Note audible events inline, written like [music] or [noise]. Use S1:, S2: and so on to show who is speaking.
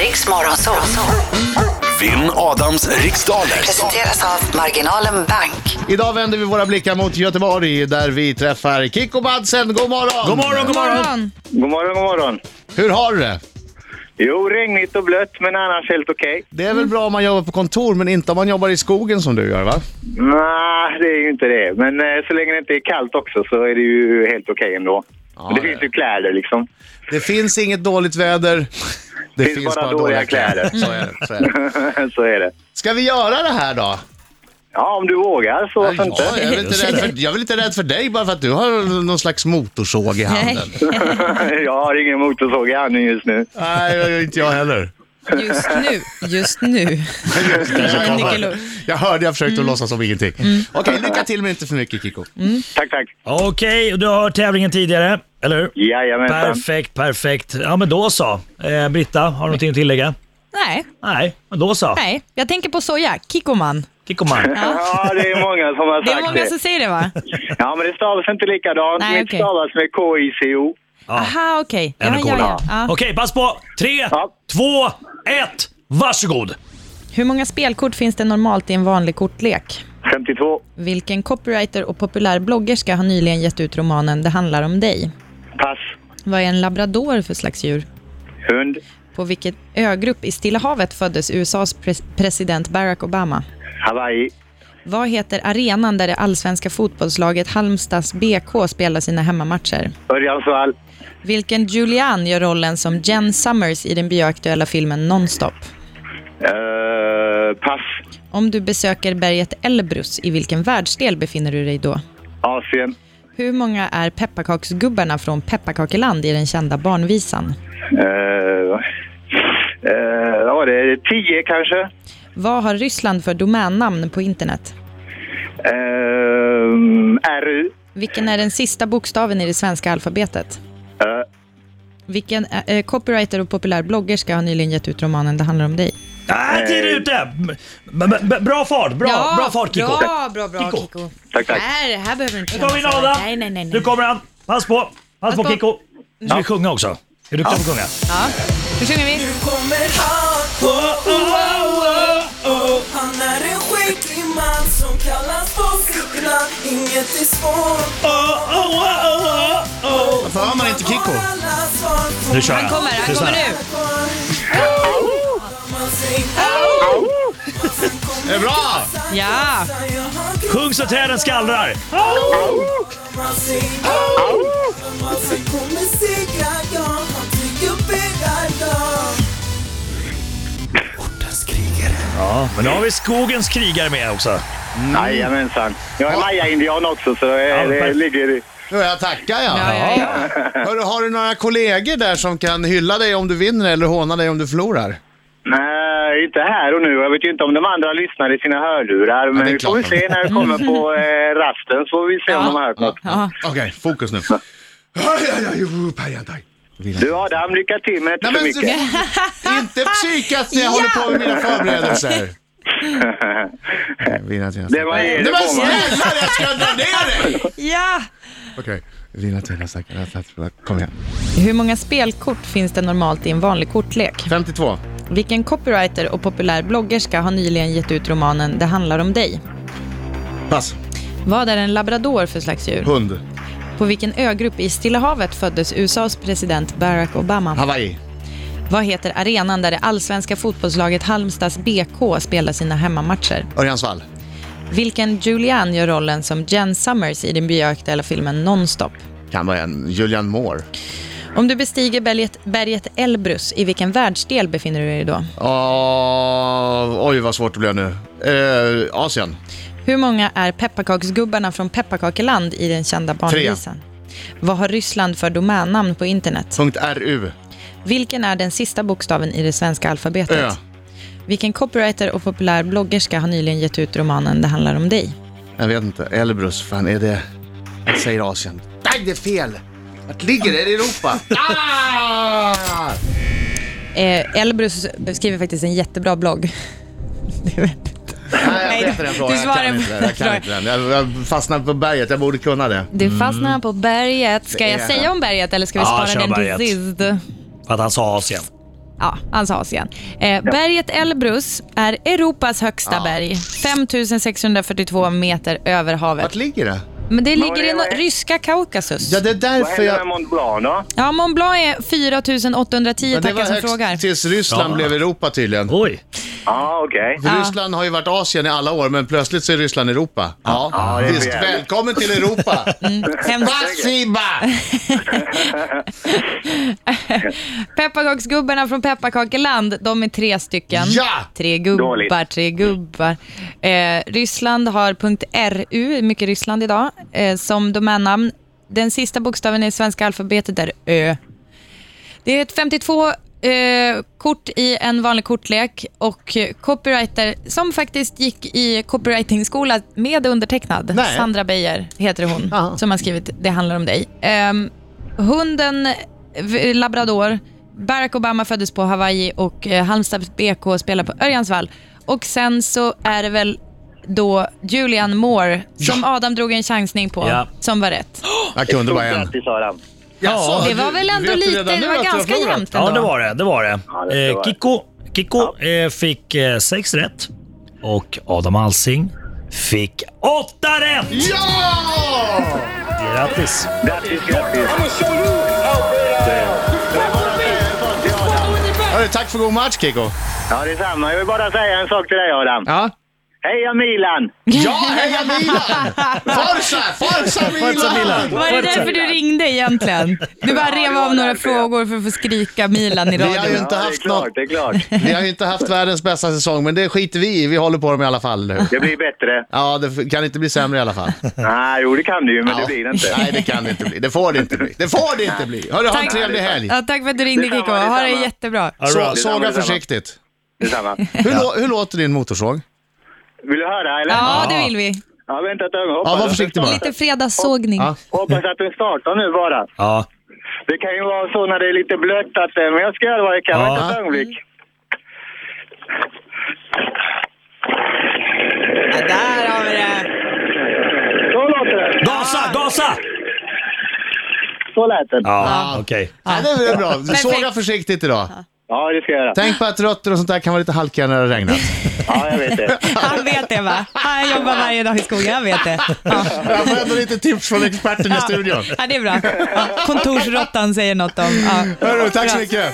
S1: Riks Morgonzoo.
S2: Vinn Adams riksdaler.
S1: Presenteras av Marginalen Bank.
S3: Idag vänder vi våra blickar mot Göteborg där vi träffar Kikko Badsen. God morgon!
S4: God morgon, god morgon!
S5: God morgon, god morgon.
S3: Hur har du det?
S5: Jo, regnigt och blött, men annars helt okej.
S3: Det är väl bra om man jobbar på kontor men inte om man jobbar i skogen som du gör va?
S5: Nej, det är ju inte det. Men eh, så länge det inte är kallt också så är det ju helt okej ändå. Men det
S3: det-
S5: finns ju kläder liksom. [laughs]
S3: Det finns inget dåligt väder. Det
S5: Finns bara dåliga kläder.
S3: Så är det, så är det.
S5: så är det.
S3: Ska vi göra det här då?
S5: Ja, om du vågar så varför
S3: Ja, jag,
S5: inte?
S3: är väl inte rädd för, jag är väl inte rädd för dig bara för att du har någon slags motorsåg i handen.
S5: [laughs] jag har ingen motorsåg i handen just nu.
S3: Nej, det gör inte jag heller.
S6: Just nu, just nu.
S3: Jag, hör,
S6: Nickelor.
S3: jag hörde, jag
S4: Mm.
S3: försökte att låtsas som ingenting. Okej, lycka till men inte för mycket Kikko.
S5: Tack, tack.
S4: Okej, och du har hört tävlingen tidigare, eller hur?
S5: Jajamensan.
S4: Perfekt, perfekt. Ja men då så. Eh, Britta, har du någonting att tillägga?
S6: Nej,
S4: Nej, men då så.
S6: nej. Jag tänker på soja, kikoman.
S4: Kikkoman.
S5: Ja, det är många som har
S6: Det är
S5: sagt
S6: många
S5: det.
S6: som säger det va?
S5: Ja, men det stavas inte likadant.
S6: Nej,
S5: Mitt
S6: okej.
S5: stavas med K-I-C-O.
S6: Aha, okej.
S4: Ännu
S6: Ja, ja,
S4: coolare.
S6: ja. ja.
S4: Okej, pass på. Tre,
S5: Ja.
S4: två, ett. Varsågod.
S6: Hur många spelkort finns det normalt i en vanlig kortlek?
S5: 52.
S6: Vilken copywriter och populär bloggerska har nyligen gett ut romanen Det handlar om dig?
S5: Pass.
S6: Vad är en labrador för slags djur?
S5: Hund.
S6: På vilken ögrupp i Stilla havet föddes USAs pres- president Barack Obama?
S5: Hawaii.
S6: Vad heter arenan där det allsvenska fotbollslaget Halmstads BK spelar sina hemmamatcher?
S5: Örjansvall.
S6: Vilken Julian gör rollen som Jen Summers i den bioaktuella filmen Nonstop?
S5: Uh, pass.
S6: Om du besöker berget Elbrus, i vilken världsdel befinner du dig då?
S5: Asien.
S6: Hur många är pepparkaksgubbarna från Pepparkakeland i den kända barnvisan?
S5: Uh, uh, ja, det är tio kanske.
S6: Vad har Ryssland för domännamn på internet?
S5: Uh, RU.
S6: Vilken är den sista bokstaven i det svenska alfabetet?
S5: Uh,
S6: Vilken eh, copywriter och populär bloggerska har nyligen gett ut romanen Det handlar om dig?
S4: Nej, tid är ute. B- b- b- bra fart, bra, bra fart Kikko.
S6: Bra, bra, bra
S4: Kikko.
S6: Kikko.
S5: Tack, tack.
S6: Här, här behöver du inte
S4: Nu kommer in
S6: känna så.
S4: Adam.
S6: Nej, nej, nej.
S4: Nu
S6: nej.
S4: kommer han. Pass på. Pass på
S6: på.
S4: Kikko. Du vill sjunga också. Är du duktig på att sjunga?
S6: Ja. Nu sjunger vi.
S7: Han är en skäggig man som kallas på sitt namn Inget är svårt
S3: Varför hör man inte Kikko?
S7: alla svar får
S4: Nu kör jag.
S6: Han kommer, han
S4: Lyssna.
S6: kommer nu.
S7: man. Man säger
S3: Det är bra!
S6: Ja.
S7: jag har grått,
S4: Sjung så träden skallrar.
S7: man säger Man säger kommer segra, ja Han tycker bäddar, ja
S4: Ja, men nu har vi skogens krigare med också.
S5: Jajamensan. Jag är mayaindian också så eh,
S4: Ja,
S5: det
S4: tack.
S5: ligger...
S3: Jo, jag tackar ja.
S6: Ja, ja, ja.
S3: Hörru, har du några kollegor där som kan hylla dig om du vinner eller håna dig om du förlorar?
S5: Nej, inte här och nu. Jag vet ju inte om de andra lyssnar i sina hörlurar. Men
S3: det är
S5: vi får
S3: klart
S5: vi se när vi kommer
S3: [laughs]
S5: på eh, rasten så får vi se om de har hört något.
S6: Ja.
S3: Okej, fokus nu. Aj, aj, aj, oh, paj, aj, aj.
S5: Du Adam, lycka till men inte
S3: Nej,
S5: för
S3: men,
S5: mycket.
S3: så- [laughs] inte psyka att jag håller på med mina förberedelser. Okej, Vinna till nästa.
S5: Det var er
S3: Nej, men
S5: det kommer.
S3: snälla, jag ska dra ner dig!
S6: ja.
S3: Okej, vinna till nästa. Kom igen.
S6: Hur många spelkort finns det normalt i en vanlig kortlek?
S3: 52.
S6: Vilken copywriter och populär bloggerska har nyligen gett ut romanen Det handlar om dig?
S3: Pass.
S6: Vad är en labrador för slags djur?
S3: Hund.
S6: På vilken ögrupp i Stilla havet föddes USAs president Barack Obama?
S3: Hawaii.
S6: Vad heter arenan där det allsvenska fotbollslaget Halmstads BK spelar sina hemmamatcher?
S3: Örjansvall.
S6: Vilken Julian gör rollen som Jen Summers i den bioaktuella filmen Nonstop?
S3: Kan vara en. Julian Moore.
S6: Om du bestiger berget, berget Elbrus, i vilken världsdel befinner du dig då?
S3: Åh, oj, vad svårt det blev nu. Eh, Asien.
S6: Hur många är pepparkaksgubbarna från Pepparkakeland i den kända barnvisan? Vad har Ryssland för domännamn på internet?
S3: Punkt RU.
S6: Vilken är den sista bokstaven i det svenska alfabetet?
S3: Ö.
S6: Vilken copywriter och populär bloggerska har nyligen gett ut romanen Det handlar om dig?
S3: Jag vet inte. Elbrus, fan är det... Jag säger Asien. Nej, det är fel! Vart ligger det? Är det
S6: [laughs]
S3: Europa? Ah!
S6: Eh, Elbrus skriver faktiskt en jättebra blogg. [laughs] Du
S3: Nej,
S6: vet. Nej,
S3: jag vet inte den
S6: du
S3: frågan. Jag
S6: svarar
S3: kan
S6: på
S3: inte den.
S6: den
S3: Jag, kan inte den. jag, jag fastnade på berget. Jag borde kunna det.
S6: Du fastnar på berget. Ska
S3: Det
S6: jag
S3: är-
S6: säga om berget eller ska vi
S4: Ja,
S6: spara
S4: kör
S6: den till
S4: berget.
S6: sist?
S4: För att han sa Asien.
S6: Ja, han sa Asien. Eh, berget Elbrus är Europas högsta berg. 5642 meter över havet.
S3: Vart ligger det?
S6: Men det
S5: vad
S6: ligger
S5: är-
S6: i
S5: vad
S6: no-
S5: är-
S6: ryska Kaukasus.
S3: Ja, det är
S5: Vad
S3: därför
S5: händer med
S3: jag...
S5: Mont Blanc då?
S6: Ja, Mont Blanc är 4810,
S3: Ja, det var
S6: tackar som frågar.
S3: högst tills Ryssland
S4: Ja.
S3: blev Europa tydligen.
S4: Oj.
S5: Ja, okej.
S3: För Ryssland har ju varit Asien i alla år, men plötsligt så är Ryssland Europa. Ja,
S5: det är
S3: visst.
S5: för jävligt.
S3: Välkommen till Europa!
S6: Mm. Hemskt.
S3: Spasiba!
S6: Mm. Pepparkaksgubbarna från Pepparkakeland, de är tre stycken.
S3: Ja!
S6: Tre gubbar,
S5: Dåligt.
S6: tre gubbar. Eh, Ryssland har .ru, mycket Ryssland idag, eh, som domännamn. Den sista bokstaven i svenska alfabetet är Ö. Det är ett 52 eh, kort i en vanlig kortlek och eh, copywriter som faktiskt gick i copywritingskola med undertecknad.
S3: Nej.
S6: Sandra Beijer heter hon
S3: Aha.
S6: som har skrivit Det handlar om dig. Ehm, hunden v- labrador, Barack Obama föddes på Hawaii och eh, Halmstads BK spelar på Örjans vall. Och sen så är det väl då Julian Moore som Adam drog en chansning på
S4: Ja.
S6: som var rätt.
S3: Jag kunde bara en.
S5: Grattis Adam.
S4: Ja,
S6: det var väl
S3: du-
S6: ändå
S3: vet du
S6: lite,
S3: redan
S6: det
S3: nu
S6: var
S3: att jag
S6: ganska
S3: förlorat?
S6: jämnt ändå.
S4: Ja, det var det. det, var det.
S5: Ja, det
S4: eh,
S5: var det.
S4: Kikko, Kikko eh, fick eh, sex rätt och Adam Alsing fick åtta rätt!
S3: Ja!
S4: Grattis!
S5: Grattis, grattis.
S3: Hörru, tack för god match Kiko.
S5: Ja, detsamma. Jag vill bara säga en sak till dig Adam.
S3: Ja.
S5: Heja Milan!
S3: Ja, heja Milan! Forza, [laughs] forza
S4: Forza
S3: Milan!
S4: Milan.
S6: Var det därför du ringde egentligen? Du bara rev av några frågor för att få skrika Milan i
S3: Vi har ju
S6: radion.
S3: inte
S5: Ja, det är
S3: haft någon...
S5: klart, det är klart.
S3: Vi har ju inte haft världens bästa säsong, men det skiter vi i. Vi håller på dem i alla fall, eller hur?
S5: Det blir
S3: [laughs]
S5: bättre.
S3: Ja, det f- kan inte bli sämre i alla fall.
S5: Nej, jo det kan du ju, men
S3: Ja.
S5: det blir det inte.
S3: Nej, det kan det inte bli. Det får det inte bli. Det får det inte bli. Hörru, ha en
S6: Tack.
S3: trevlig helg.
S6: Ja, tack för att du ringde
S5: Detsamma,
S6: Kikko, ha det
S5: detsamma.
S6: jättebra.
S3: Så,
S4: Alright.
S3: såga
S5: Detsamma, detsamma.
S3: försiktigt.
S5: Detsamma.
S3: Hur, lå- hur låter din motorsåg?
S5: Vill du höra eller?
S6: Ja, det vill vi.
S5: Ja, vänta ett ögonblick.
S3: Ja,
S5: Hoppas
S3: var
S5: att
S3: försiktig
S5: den
S3: bara.
S6: Lite fredagssågning.
S3: Ja.
S5: startar- Hoppas att den startar nu bara.
S4: Ja.
S5: Det kan ju vara så när det är lite blött att... eh, Men jag ska göra vad jag kan.
S4: Ja.
S5: Vänta ett ögonblick.
S6: Där har vi det.
S5: Så låter den.
S4: Gasa, gasa!
S5: Så lät den.
S4: Ja, okej.
S3: Ja, det är bra. Såga
S6: Perfekt.
S3: försiktigt idag.
S5: Ja, det ska jag göra.
S3: Tänk på att rötter och sånt där kan vara lite halkiga när det har regnat.
S5: Ja, jag vet det.
S6: Han vet det va? Han jobbar varje dag i skogen, han vet det. Ja.
S3: Jag får ändå lite tips från experten i studion.
S6: Ja, det är bra. Ja, kontorsråttan säger något om... Ja.
S3: Hörru, tack så
S6: Bra.
S3: mycket.